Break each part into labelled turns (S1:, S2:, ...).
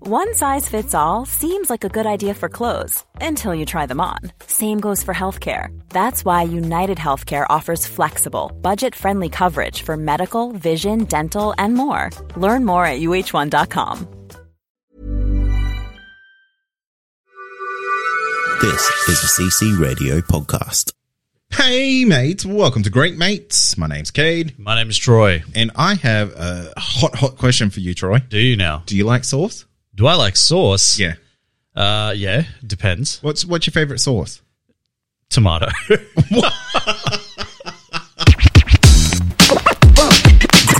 S1: One size fits all seems like a good idea for clothes until you try them on. Same goes for healthcare. That's why United Healthcare offers flexible, budget friendly coverage for medical, vision, dental, and more. Learn more at uh1.com.
S2: This is a CC Radio podcast.
S3: Hey mates, welcome to Great Mates. My name's Cade,
S4: My name's Troy.
S3: and I have a hot, hot question for you, Troy.
S4: Do you now?
S3: Do you like sauce?
S4: Do I like sauce?
S3: Yeah.
S4: Uh, yeah, depends.
S3: What's what's your favorite sauce?
S4: Tomato.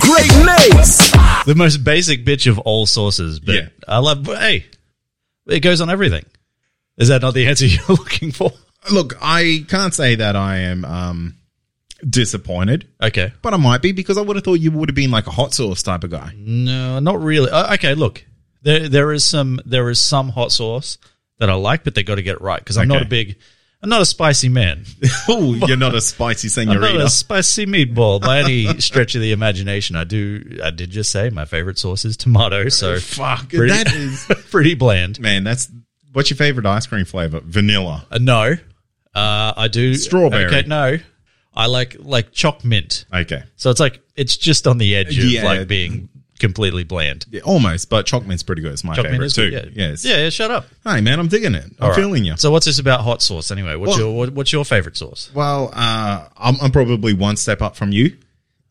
S2: Great mates!
S4: the most basic bitch of all sauces. But
S3: Yeah.
S4: I love, but hey, it goes on everything. Is that not the answer you're looking for?
S3: Look, I can't say that I am um, disappointed,
S4: Okay.
S3: but I might be because I would have thought you would have been like a hot sauce type of guy.
S4: No, not really. Uh, okay, look. There, there is some, there is some hot sauce that I like, but they got to get it right because I'm not
S3: Okay.
S4: a big, I'm not a spicy man.
S3: oh, you're not a spicy
S4: I'm not
S3: senorita.
S4: a spicy meatball by any stretch of the imagination. I do, I did just say my favorite sauce is tomato. So
S3: Fuck,
S4: pretty,
S3: that is
S4: pretty bland.
S3: man. That's what's your favorite ice cream flavor? Vanilla.
S4: Uh, no, uh, I do
S3: Strawberry.
S4: Okay, no, I like like chalk mint.
S3: Okay,
S4: So it's like it's just on the edge of
S3: Yeah.
S4: like being completely bland.
S3: yeah, almost, but chocolate mint's pretty good. It's my
S4: Chalk mint
S3: favorite
S4: is
S3: too.
S4: good, yeah.
S3: Yes.
S4: yeah, yeah. Shut up.
S3: Hey man, I'm digging it. I'm
S4: All right.
S3: feeling you.
S4: So what's this about hot sauce anyway? What's
S3: Well-
S4: your what, what's your favorite sauce?
S3: Well, uh, I'm, I'm probably one step up from you.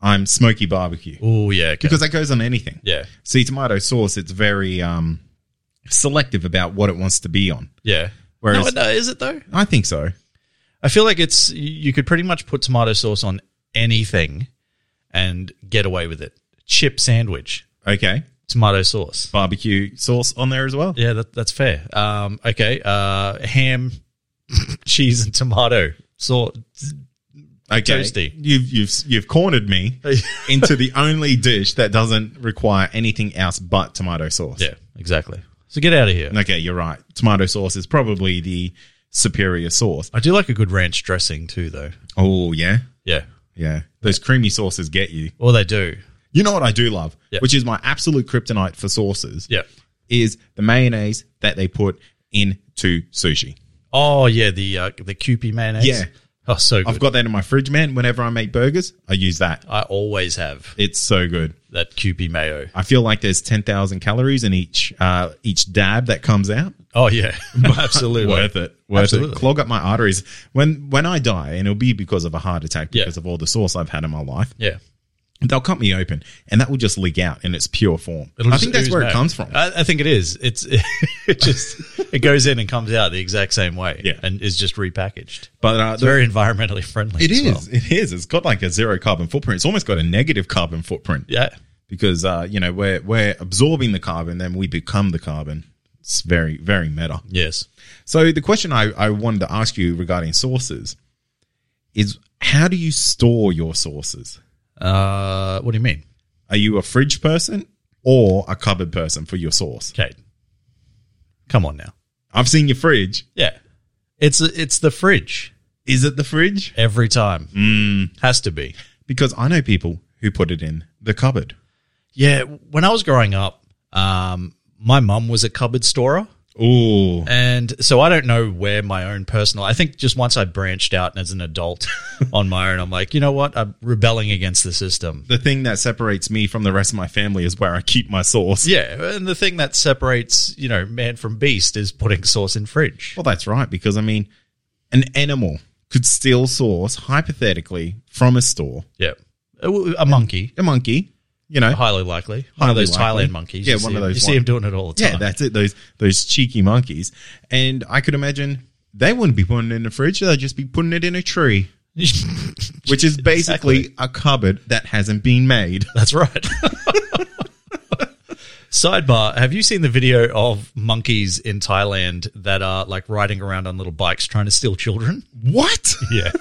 S3: I'm smoky barbecue
S4: Oh yeah, okay.
S3: because that goes on anything.
S4: yeah,
S3: See, tomato sauce, it's very um, selective about what it wants to be on.
S4: yeah.
S3: Whereas-
S4: no, no, is it though?
S3: I think so.
S4: I feel like it's you could pretty much put tomato sauce on anything and get away with it. Chip sandwich,
S3: Okay,
S4: tomato sauce.
S3: barbecue sauce on there as well.
S4: Yeah, that, that's fair. Um, okay, uh, ham, cheese, and tomato sauce.
S3: okay,
S4: Toasty.
S3: You've you've you've cornered me into the only dish that doesn't require anything else but tomato sauce.
S4: Yeah, exactly. So get out of here.
S3: Okay, you're right. Tomato sauce is probably the superior sauce.
S4: I do like a good ranch dressing too, though.
S3: Oh yeah,
S4: Yeah.
S3: yeah. Those creamy sauces get you.
S4: Well, they do.
S3: You know what I do love,
S4: Yeah.
S3: which is my absolute kryptonite for sauces,
S4: Yeah.
S3: is the mayonnaise that they put into sushi.
S4: Oh yeah, the uh, the Kewpie mayonnaise.
S3: Yeah.
S4: Oh, so good.
S3: I've got that in my fridge, man. Whenever I make burgers, I use that.
S4: I always have
S3: It's so good.
S4: that Kewpie mayo.
S3: I feel like there's ten thousand calories in each uh, each dab that comes out.
S4: Oh yeah, absolutely
S3: Worth it. Worth
S4: Absolutely.
S3: it. Clog up my arteries. When when I die, and it'll be because of a heart attack,
S4: Yeah.
S3: because of all the sauce I've had in my life,
S4: Yeah.
S3: they'll cut me open, and that will just leak out in its pure form.
S4: It'll
S3: I
S4: just
S3: think that's
S4: ooze
S3: where it
S4: back. Uh,
S3: comes from.
S4: I, I think it is. It's it just it goes in and comes out the exact same way.
S3: Yeah.
S4: and is just repackaged.
S3: but uh,
S4: It's very environmentally friendly.
S3: It
S4: as
S3: is.
S4: well.
S3: It is. It's got like a zero carbon footprint. It's almost got a negative carbon footprint
S4: Yeah.
S3: because uh, you know we're we're absorbing the carbon, then we become the carbon. It's very very meta.
S4: Yes.
S3: So the question I, I wanted to ask you regarding sources is how do you store your sources?
S4: Uh, what do you mean,
S3: Are you a fridge person or a cupboard person for your sauce?
S4: Kate? Come on now.
S3: I've seen your fridge.
S4: Yeah, it's it's the fridge
S3: Is it the fridge?
S4: every time.
S3: Mm.
S4: Has to be.
S3: Because I know people who put it in the cupboard.
S4: Yeah. When I was growing up, um, my mum was a cupboard storer.
S3: Ooh.
S4: And so I don't know where my own personal. I think just once I branched out as an adult on my own, I'm like, you know what? I'm rebelling against the system.
S3: The thing that separates me from the rest of my family is where I keep my sauce.
S4: Yeah, and the thing that separates you know man from beast is putting sauce in fridge.
S3: Well, that's right, because I mean, an animal could steal sauce hypothetically from a store.
S4: Yeah, a, a monkey,
S3: A monkey, you know,
S4: highly likely, one
S3: Highly
S4: of those
S3: likely.
S4: Thailand monkeys.
S3: Yeah,
S4: you
S3: one
S4: see
S3: of
S4: him-
S3: those
S4: You see
S3: one-
S4: him doing it all the time.
S3: yeah, that's it. Those those cheeky monkeys, and I could imagine they wouldn't be putting it in the fridge; they'd just be putting it in a tree, which is basically
S4: Exactly.
S3: a cupboard that hasn't been made.
S4: that's right. Sidebar: Have you seen the video of monkeys in Thailand that are like riding around on little bikes trying to steal children?
S3: What?
S4: Yeah.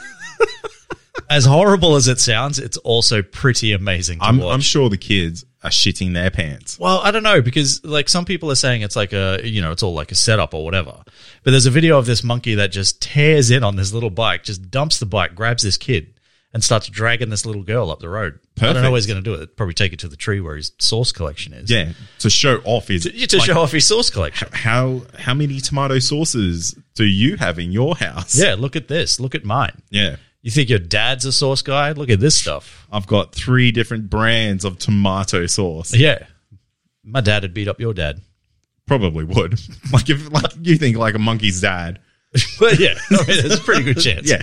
S4: as horrible as it sounds, it's also pretty amazing to
S3: I'm
S4: watch.
S3: I'm sure the kids are shitting their pants.
S4: well, I don't know because like some people are saying it's like a you know it's all like a setup or whatever. But there's a video of this monkey that just tears in on this little bike, just dumps the bike, grabs this kid, and starts dragging this little girl up the road. I don't
S3: Perfect.
S4: know where he's going to do it. Probably take it to the tree where his source collection is.
S3: Yeah, to show off his
S4: To, to
S3: like,
S4: show off his source collection.
S3: how how many tomato sauces do you have in your house?
S4: Yeah, look at this. Look at mine.
S3: yeah.
S4: You think your dad's a sauce guy? Look at this stuff.
S3: I've got three different brands of tomato sauce.
S4: Yeah. My dad had beat up your dad.
S3: Probably would. Like if like you think like a monkey's dad.
S4: Well, yeah, I mean, there's a pretty good chance.
S3: Yeah.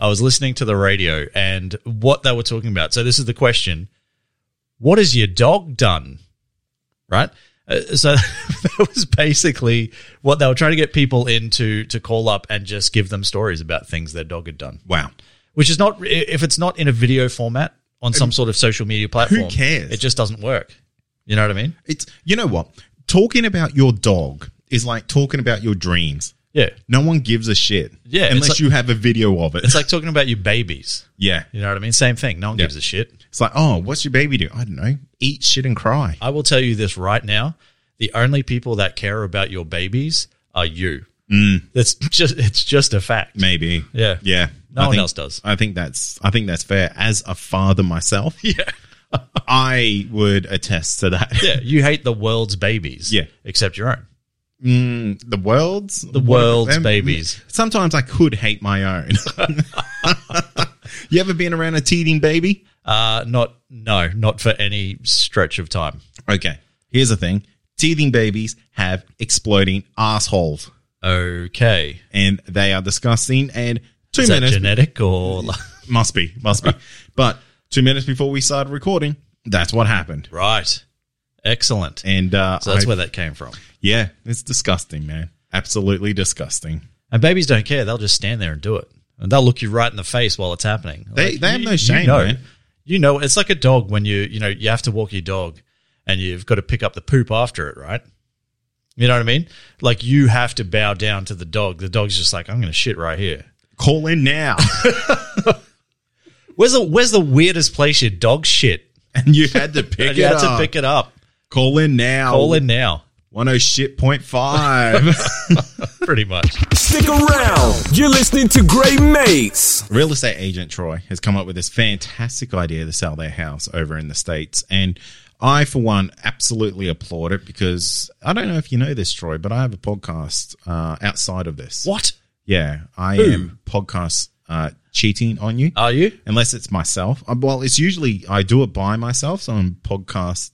S4: I was listening to the radio and what they were talking about. So this is the question: What has your dog done? Right. Uh, so that was basically what they were trying to get people into to call up and just give them stories about things their dog had done,
S3: Wow.
S4: which is not if it's not in a video format on some sort of social media platform.
S3: cares?
S4: It just doesn't work. You know what I mean?
S3: It's you know what? Talking about your dog is like talking about your dreams.
S4: Yeah.
S3: No one gives a shit.
S4: Yeah, it's
S3: Unless
S4: like-
S3: you have a video of it.
S4: It's like talking about your babies.
S3: yeah.
S4: You know what I mean? Same thing. No one gives a shit.
S3: It's like, oh, what's your baby do? I don't know. Eat shit and cry.
S4: I will tell you this right now: the only people that care about your babies are you.
S3: Mm.
S4: That's just it's just a fact.
S3: Maybe.
S4: Yeah.
S3: Yeah.
S4: No
S3: I
S4: one
S3: think-
S4: else does.
S3: I think that's I think that's fair. As a father myself, yeah. I would attest to that.
S4: Yeah, you hate the world's babies.
S3: Yeah.
S4: except your own.
S3: The world's the
S4: world's babies.
S3: Sometimes I could hate my own. you ever been around a teething baby?
S4: Uh, not no, not for any stretch of time.
S3: Okay. Here's the thing. Teething babies have exploding assholes.
S4: Okay,
S3: And they are disgusting and two
S4: is that
S3: minutes
S4: genetic or
S3: must be. Must be. but two minutes before we started recording, that's what happened.
S4: right? Excellent.
S3: And uh
S4: so that's
S3: I-
S4: where that came from.
S3: Yeah, it's disgusting, man. Absolutely disgusting.
S4: And babies don't care; they'll just stand there and do it, and they'll look you right in the face while it's happening.
S3: They- they have no shame,
S4: You know,
S3: man.
S4: you know, it's like a dog when you you know you have to walk your dog, and you've got to pick up the poop after it, right? You know what I mean? Like you have to bow down to the dog. The dog's just like, I'm going to shit right here.
S3: Call in now.
S4: Where's the Where's the weirdest place your dog shit?
S3: and you had to pick
S4: And you
S3: it
S4: have
S3: up.
S4: to pick it up.
S3: Call in now.
S4: Call in now,
S3: 10 shit point five.
S4: pretty much.
S2: Stick around.
S5: You're listening to Great Mates.
S3: Real estate agent Troy has come up with this fantastic idea to sell their house over in the States. And I, for one, absolutely applaud it because I don't know if you know this, Troy, but I have a podcast uh, outside of this.
S4: What
S3: Yeah, I am podcast uh, cheating on you.
S4: are you?
S3: Unless it's myself. Uh, Well, it's usually I do it by myself, so I'm podcast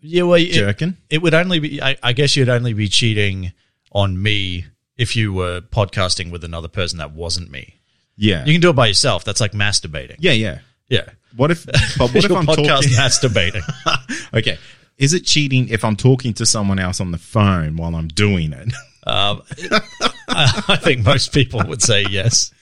S4: Yeah, well, it-
S3: jerking.
S4: It would only be, I, I guess you'd only be cheating on me if you were podcasting with another person that wasn't me.
S3: Yeah.
S4: You can do it by yourself. That's like masturbating.
S3: yeah, yeah.
S4: Yeah.
S3: What if but what if
S4: Your
S3: I'm
S4: podcast
S3: talking
S4: masturbating?
S3: Okay. Is it cheating if I'm talking to someone else on the phone while I'm doing it?
S4: I think most people would say yes.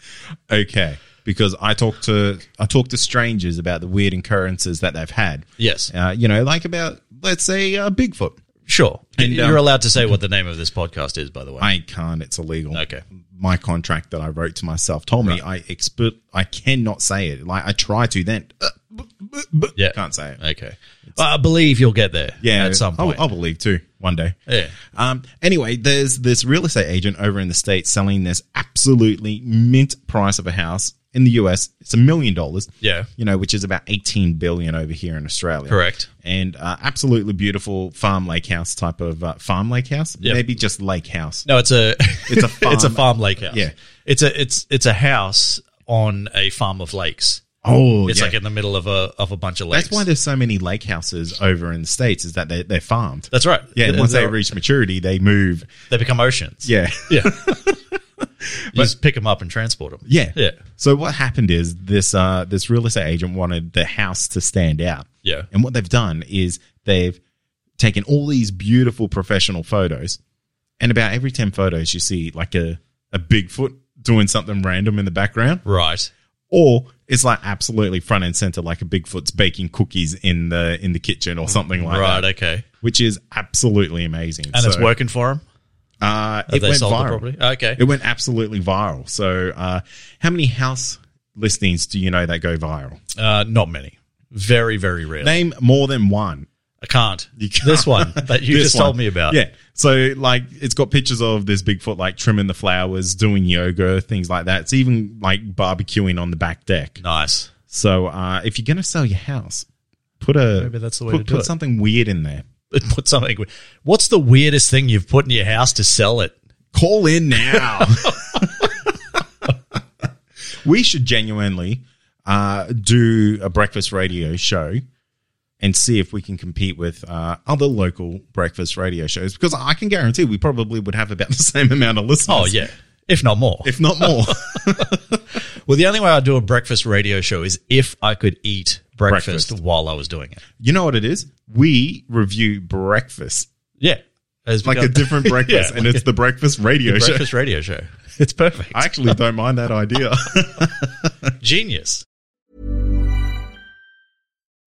S3: okay. Because I talk to I talk to strangers about the weird occurrences that they've had.
S4: Yes.
S3: Uh, you know, like about let's say uh, Bigfoot.
S4: Sure.
S3: And,
S4: You're
S3: um,
S4: allowed to say what the name of this podcast is, by the way.
S3: I can't. It's illegal.
S4: Okay.
S3: My contract that I wrote to myself told me I expert I cannot say it. Like I try to then uh, b- b- b-
S4: Yeah.
S3: can't say it.
S4: okay. Well, I believe you'll get there
S3: Yeah,
S4: at some
S3: I'll-
S4: point.
S3: I'll believe too one day.
S4: yeah.
S3: Um, anyway, there's this real estate agent over in the States selling this absolutely mint price of a house in the US. It's a million dollars.
S4: Yeah.
S3: You know, which is about 18 billion over here in Australia.
S4: Correct.
S3: And uh, absolutely beautiful farm lake house type of uh, farm lake house.
S4: Yep.
S3: Maybe just lake house.
S4: No, it's a
S3: It's a farm.
S4: it's a farm lake house.
S3: Yeah.
S4: It's a it's it's a house on a farm of lakes.
S3: Oh,
S4: It's
S3: yeah.
S4: like in the middle of a of a bunch of lakes.
S3: That's why there's so many lake houses over in the States is that they, they're farmed.
S4: That's right.
S3: yeah. and
S4: They-
S3: once they
S4: they're-
S3: reach maturity, they move.
S4: they become oceans.
S3: Yeah.
S4: yeah. you just pick them up and transport them.
S3: Yeah.
S4: yeah,
S3: So what happened is this uh, this real estate agent wanted the house to stand out.
S4: yeah.
S3: And what they've done is they've taken all these beautiful professional photos, and about every 10 photos, you see like a, a Bigfoot doing something random in the background,
S4: Right.
S3: or it's like absolutely front and center, like a Bigfoot's baking cookies in the in the kitchen or something like
S4: right.
S3: that,
S4: Okay.
S3: which is absolutely amazing.
S4: And it's
S3: So,
S4: working for them.
S3: Uh, it
S4: they
S3: went
S4: sold the
S3: viral.
S4: property? Oh, Okay.
S3: It went absolutely viral. So, uh, how many house listings do you know that go viral?
S4: Uh, not many. Very very rare.
S3: Name more than one.
S4: I can't.
S3: You can't.
S4: This one that you
S3: This
S4: just told
S3: one.
S4: me about.
S3: Yeah. So like it's got pictures of this Bigfoot like trimming the flowers, doing yoga, things like that. It's even like barbecuing on the back deck.
S4: Nice.
S3: So uh, if you're gonna sell your house, put a
S4: Maybe that's the way
S3: put,
S4: to do
S3: put
S4: it.
S3: something weird in there.
S4: Put something. What's the weirdest thing you've put in your house to sell it?
S3: Call in now. we should genuinely uh, do a breakfast radio show and see if we can compete with uh, other local breakfast radio shows because I can guarantee we probably would have about the same amount of listeners.
S4: Oh yeah, if not more.
S3: If not more.
S4: well, the only way I'd do a breakfast radio show is if I could eat breakfast,
S3: Breakfast.
S4: while I was doing it.
S3: you know what it is? We review breakfast,
S4: Yeah, It's
S3: like a
S4: become-
S3: different breakfast,
S4: Yeah,
S3: and
S4: like
S3: it's the breakfast radio
S4: a
S3: show.
S4: breakfast radio show. It's perfect.
S3: I actually don't mind that idea.
S4: Genius.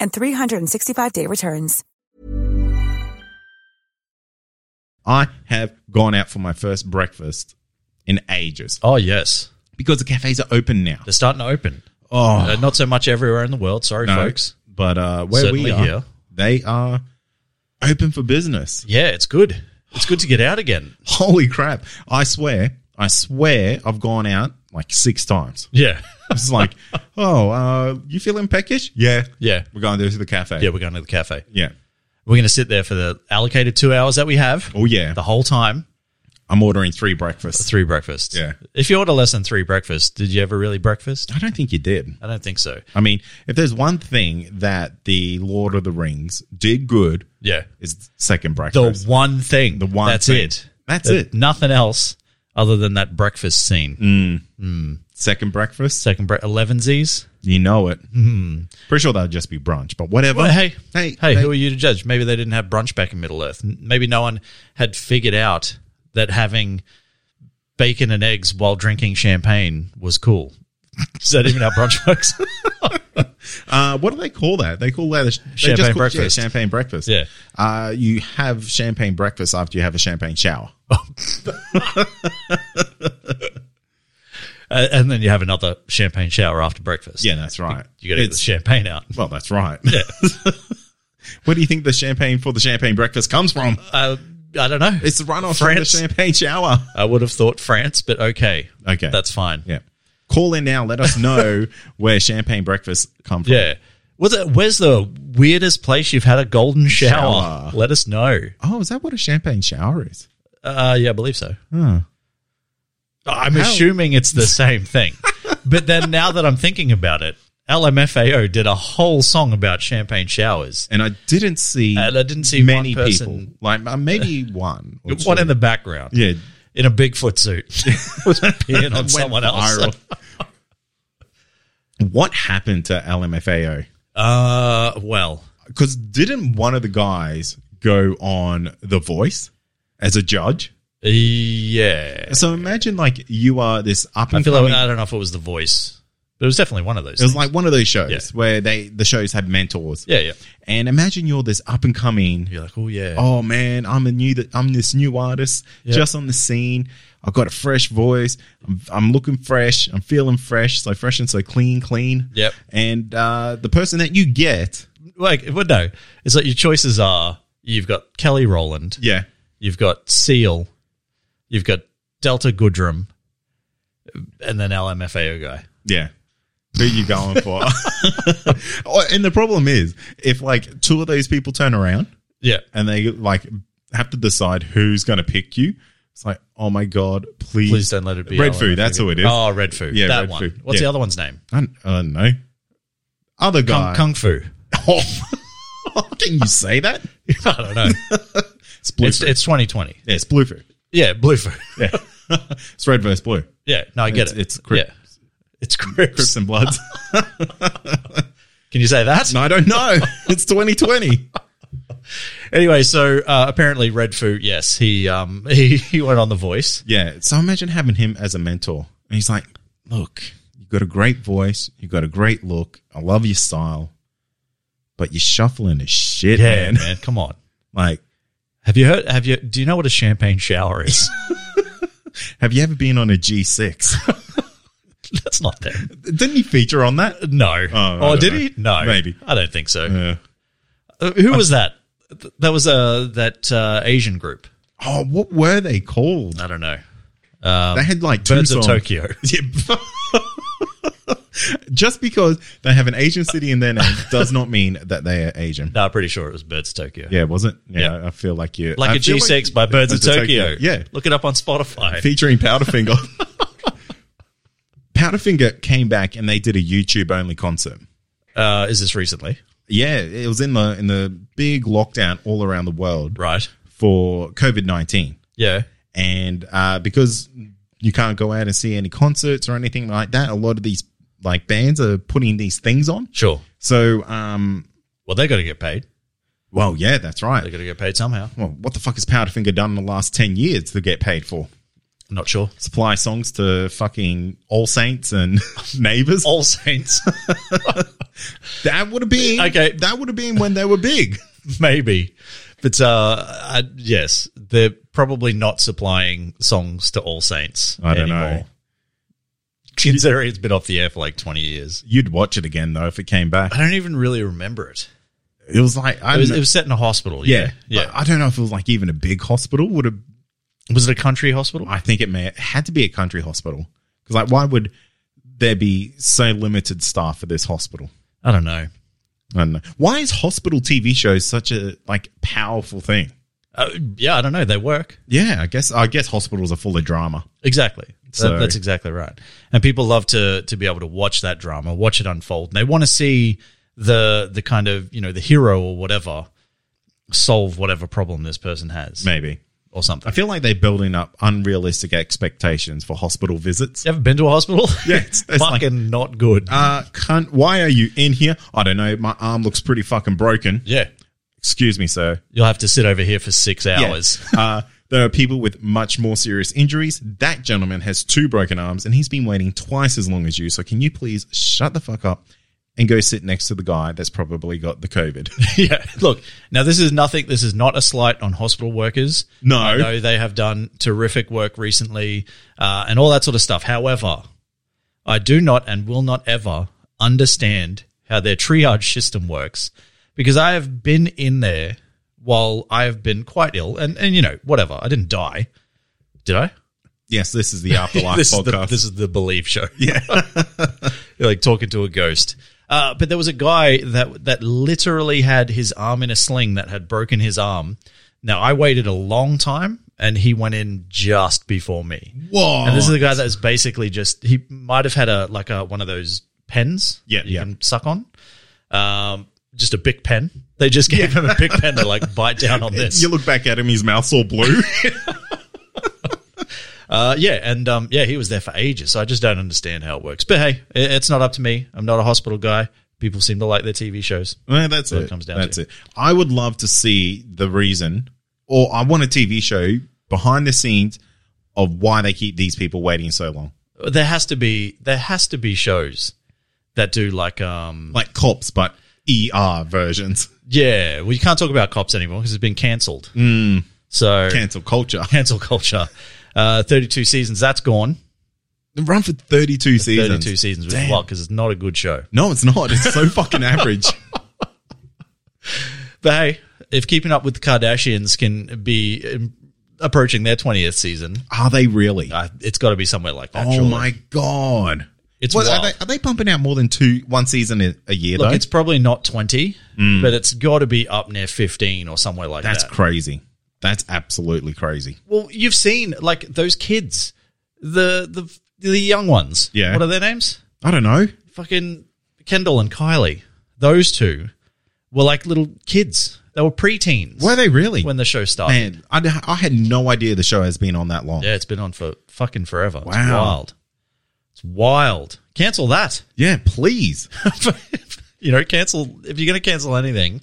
S6: and 365-day returns.
S3: I have gone out for my first breakfast in ages
S4: Oh yes,
S3: because the cafes are open now.
S4: they're starting to open.
S3: Oh,
S4: Uh, not so much everywhere in the world. Sorry,
S3: no,
S4: folks.
S3: But uh, where we
S4: Certainly
S3: are,
S4: here.
S3: they are open for business.
S4: Yeah, it's good. It's good to get out again.
S3: Holy crap. I swear, I swear I've gone out like six times.
S4: Yeah,
S3: It's like, oh, uh, you feeling peckish? Yeah.
S4: yeah,
S3: We're going to the cafe.
S4: yeah. We're going to the cafe.
S3: Yeah.
S4: We're going to sit there for the allocated two hours that we have.
S3: Oh, yeah.
S4: the whole time.
S3: I'm ordering three breakfasts.
S4: Three breakfasts.
S3: Yeah.
S4: If you order less than three breakfasts, did you ever really breakfast?
S3: I don't think you did.
S4: I don't think so.
S3: I mean, if there's one thing that the Lord of the Rings did good,
S4: Yeah.
S3: is second
S4: The
S3: breakfast.
S4: one thing.
S3: The one
S4: That's
S3: thing.
S4: it.
S3: That's
S4: There-
S3: it. Mm.
S4: Nothing else other than that breakfast scene.
S3: second breakfast,
S4: Second break, 11Zs.
S3: you know it. Pretty sure that'd just be brunch, but whatever.
S4: Mm-hmm. Well, hey,
S3: hey,
S4: hey, who are you to judge? Maybe they didn't have brunch back in Middle Earth. N- Maybe no one had figured out that having bacon and eggs while drinking champagne was cool. Is that even how brunch works?
S3: Uh, what do they call that? They call that a sh- they
S4: Champagne
S3: just call-
S4: breakfast.
S3: Yeah, champagne breakfast.
S4: Yeah.
S3: Uh, you have champagne breakfast after you have a champagne shower.
S4: Oh, Uh, and then you have another champagne shower after breakfast.
S3: Yeah, that's right.
S4: You got to get the
S3: It's-
S4: champagne out.
S3: Well, that's right. Where do you think the champagne for the champagne breakfast comes from?
S4: Uh, I don't know.
S3: It's the runoff
S4: France.
S3: from the champagne shower.
S4: I would have thought France, but okay.
S3: Okay.
S4: That's fine.
S3: Yeah. Call in now. Let us know where champagne breakfast come from.
S4: Yeah. Was it, where's the weirdest place you've had a golden shower?
S3: Shower.
S4: Let us know.
S3: Oh, is that what a champagne shower is?
S4: Uh, yeah, I believe so.
S3: Hmm.
S4: I'm
S3: How-
S4: assuming it's the same thing. but then now that I'm thinking about it, LMFAO did a whole song about champagne showers.
S3: And I didn't see.
S4: And I didn't see
S3: many
S4: one person-
S3: people. Like uh, maybe one. or
S4: One
S3: two.
S4: in the background
S3: yeah.
S4: in a Bigfoot suit was peeing on
S3: Went
S4: someone else.
S3: viral. what happened to LMFAO?
S4: Uh, well,
S3: Because didn't one of the guys go on The Voice as a judge?
S4: yeah.
S3: So imagine like you are this up
S4: I
S3: and
S4: feel like
S3: coming.
S4: I don't know if it was the voice, but it was definitely one of those.
S3: It was
S4: things.
S3: like one of those shows
S4: Yeah.
S3: where they the shows have mentors.
S4: yeah, yeah.
S3: And imagine you're this up and coming
S4: You're like, oh yeah,
S3: oh man, I'm a new I'm this new artist
S4: Yeah.
S3: just on the scene. I've got a fresh voice. I'm, I'm looking fresh. I'm feeling fresh, so fresh and so clean, clean.
S4: Yep.
S3: And uh, the person that you get,
S4: like, well, no, it's like your choices are you've got Kelly Rowland,
S3: yeah,
S4: you've got Seal, you've got Delta Goodrum, and then LMFAO guy.
S3: yeah. Who you going for? Oh, and the problem is, if like two of those people turn around
S4: Yeah,
S3: and they like have to decide who's going to pick you, it's like, oh my god, please,
S4: please don't let it be
S3: Red
S4: LMFAO.
S3: Food. That's who it is.
S4: Oh, Red Food.
S3: Yeah,
S4: Yeah, that
S3: Red
S4: one.
S3: Food.
S4: What's
S3: Yeah.
S4: the other one's name?
S3: I, don't, I don't know. Other guy.
S4: Kung, Kung Fu.
S3: Oh, Can you say that?
S4: I don't know.
S3: It's blue.
S4: it's, it's 2020.
S3: yeah, it's blue food.
S4: Yeah, Blue Food.
S3: Yeah. it's red versus blue.
S4: Yeah, no, I get
S3: It's-
S4: it.
S3: it's Crip-
S4: Yeah. It's Crips.
S3: Crips and Bloods.
S4: Can you say that?
S3: no, I don't know. It's 2020.
S4: Anyway, so uh, apparently Red Food, yes, he um he, he went on the voice.
S3: Yeah. So imagine having him as a mentor. And he's like, look, you've got a great voice. You've got a great look. I love your style. But you're shuffling as shit,
S4: Yeah,
S3: man.
S4: man, come on.
S3: Like,
S4: Have you heard? Have you? Do you know what a champagne shower is?
S3: have you ever been on a G6?
S4: That's not them.
S3: Didn't he feature on that?
S4: No.
S3: I
S4: oh,
S3: don't
S4: did
S3: know.
S4: he? No.
S3: Maybe.
S4: I don't think so.
S3: Yeah.
S4: Uh, who was that? Th- That was uh, that uh, Asian group.
S3: Oh, what were they called?
S4: I don't know.
S3: they had like two
S4: Um, Birds of
S3: songs.
S4: Tokyo.
S3: Yeah. Just because they have an Asian city in their name does not mean that they are Asian.
S4: No, I'm pretty sure it was Birds of Tokyo.
S3: Yeah, was it? Yeah,
S4: Yeah.
S3: I feel like you
S4: Like
S3: I
S4: a
S3: feel
S4: G6 by Birds of Tokyo.
S3: Yeah,
S4: Look it up on Spotify.
S3: featuring Powderfinger. Powderfinger came back and they did a YouTube only concert.
S4: Uh, is this recently?
S3: Yeah, it was in the in the big lockdown all around the world
S4: Right.
S3: for COVID nineteen.
S4: Yeah.
S3: and uh, because you can't go out and see any concerts or anything like that, a lot of these like bands are putting these things on.
S4: Sure.
S3: So, um,
S4: Well, they got to get paid.
S3: well, yeah, that's
S4: They
S3: right.
S4: got to get paid somehow.
S3: Well, what the fuck has Powderfinger done in the last ten years to get paid for?
S4: I'm not sure.
S3: Supply songs to fucking All Saints and Neighbours.
S4: All Saints.
S3: that would have been
S4: Okay.
S3: That would have been when they were big.
S4: maybe. But uh, I, yes, they're probably not supplying songs to All Saints
S3: I don't know.
S4: anymore. Considering it's been off the air for like 20 years.
S3: You'd watch it again though if it came back.
S4: I don't even really remember it.
S3: It was like I
S4: It was,
S3: don't
S4: it
S3: know-
S4: was set in a hospital.
S3: yeah,
S4: Yeah. Yeah.
S3: But I don't know if it was like even a big hospital would have
S4: was it a country hospital?
S3: I think it may it had to be a country hospital because like why would there be so limited staff for this hospital?
S4: I don't know.
S3: I don't know. Why is hospital TV shows such a like powerful thing?
S4: Uh, yeah, I don't know. They work.
S3: Yeah, I guess I guess hospitals are full of drama.
S4: Exactly. That-
S3: So-
S4: that's exactly right. And people love to to be able to watch that drama, watch it unfold. And they want to see the the kind of, you know, the hero or whatever solve whatever problem this person has
S3: Maybe
S4: or something.
S3: I feel like they're building up unrealistic expectations for hospital visits.
S4: you ever been to a hospital?
S3: Yeah, it's- it's like-
S4: fucking not good.
S3: Uh, cunt, why are you in here? I don't know. My arm looks pretty fucking broken.
S4: yeah.
S3: Excuse me, sir.
S4: You'll have to sit over here for 6
S3: Yeah.
S4: hours.
S3: Uh, there are people with much more serious injuries. That gentleman has two broken arms and he's been waiting twice as long as you. So can you please shut the fuck up and go sit next to the guy that's probably got the COVID?
S4: yeah. Look, now this is nothing. This is not a slight on hospital workers.
S3: No.
S4: I know they have done terrific work recently uh, and all that sort of stuff. However, I do not and will not ever understand how their triage system works because I have been in there while I have been quite ill and, and you know, whatever. I didn't die. Did I?
S3: yes, this is the afterlife
S4: this Is the,
S3: podcast.
S4: this is the Believe Show. Yeah, You're like talking to a ghost. Uh, but there was a guy that that literally had his arm in a sling that had broken his arm. Now I waited a long time, and he went in just before me.
S3: Whoa.
S4: And this is the guy that is basically just he might have had a like a one of those pens
S3: Yeah,
S4: you
S3: yeah.
S4: can suck on, um, just a big pen. They just gave him a big pen to like bite down on this.
S3: you look back at him, his mouth's all blue.
S4: Uh, yeah, and um, yeah, he was there for ages. So I just don't understand how it works. But hey, it, it's not up to me. I'm not a hospital guy. People seem to like their TV shows.
S3: well, Eh, that's
S4: What
S3: it.
S4: it comes down
S3: that's
S4: to.
S3: it. I would love to see the reason, or I want a TV show behind the scenes of why they keep these people waiting so long.
S4: There has to be there has to be shows that do like um
S3: Like cops, but ER versions.
S4: yeah. Well, you can't talk about cops anymore because it's been cancelled.
S3: Hmm.
S4: So
S3: Cancel culture.
S4: cancel culture. Uh, 32 seasons. That's gone.
S3: Run for 32 seasons.
S4: 32 seasons, which is a lot because it's not a good show.
S3: No, it's not. It's so fucking average.
S4: But hey, if Keeping Up with the Kardashians can be um, approaching their 20th season,
S3: Are they really?
S4: uh, it's got to be somewhere like that.
S3: oh
S4: surely.
S3: my god!
S4: It's
S3: are
S4: wild.
S3: they? Are they pumping out more than two one season a, a year?
S4: Look,
S3: though?
S4: it's probably not 20, but it's got to be up near 15 or somewhere like
S3: that's
S4: that.
S3: crazy. That's absolutely crazy.
S4: well, you've seen like those kids, the the the young ones.
S3: Yeah.
S4: What are their names?
S3: I don't know.
S4: Fucking Kendall and Kylie. Those two were like little kids. They were preteens
S3: Were they really?
S4: when the show started.
S3: Man, I, d- I had no idea the show has been on that long.
S4: Oh. Yeah, it's been on for fucking forever. It's
S3: Wow.
S4: wild. It's wild. Cancel that.
S3: Yeah, please.
S4: you know, cancel if you're going to cancel anything,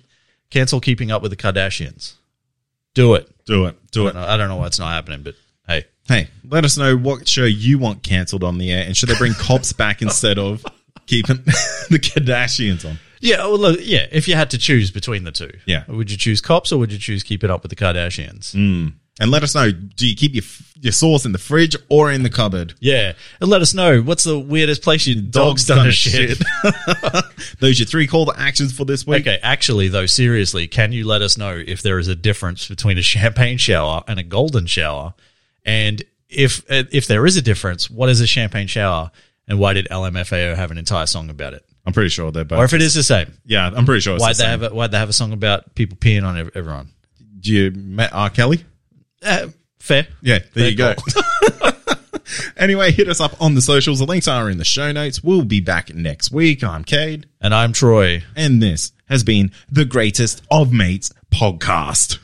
S4: Cancel keeping up with the Kardashians. Do it.
S3: Do it. Do
S4: I
S3: it.
S4: don't know- I don't know why it's not happening, but hey.
S3: Hey, let us know what show you want cancelled on the air, and should they bring cops back instead of keeping the Kardashians on?
S4: Yeah, well, look, yeah. If you had to choose between the two,
S3: Yeah.
S4: would you choose cops or would you choose keeping up with the Kardashians?
S3: And let us know: Do you keep your your sauce in the fridge or in the cupboard?
S4: Yeah, and let us know what's the weirdest place your dog's, done, a shit.
S3: Those your three call to actions for this week.
S4: okay, actually, though, seriously, can you let us know if there is a difference between a champagne shower and a golden shower, and if if there is a difference, what is a champagne shower, and why did LMFAO have an entire song about it,
S3: I'm pretty sure they're both.
S4: or if it is the same?
S3: yeah, I'm pretty sure. It's
S4: Why'd
S3: the
S4: they
S3: same.
S4: have a, why'd they have a song about people peeing on ev- everyone?
S3: Do you met R. Kelly?
S4: Uh, fair.
S3: Yeah, there
S4: Fair
S3: you go.
S4: call.
S3: anyway, hit us up on the socials. The links are in the show notes. We'll be back next week. I'm Cade,
S4: And I'm Troy.
S3: and this has been the greatest of mates podcast.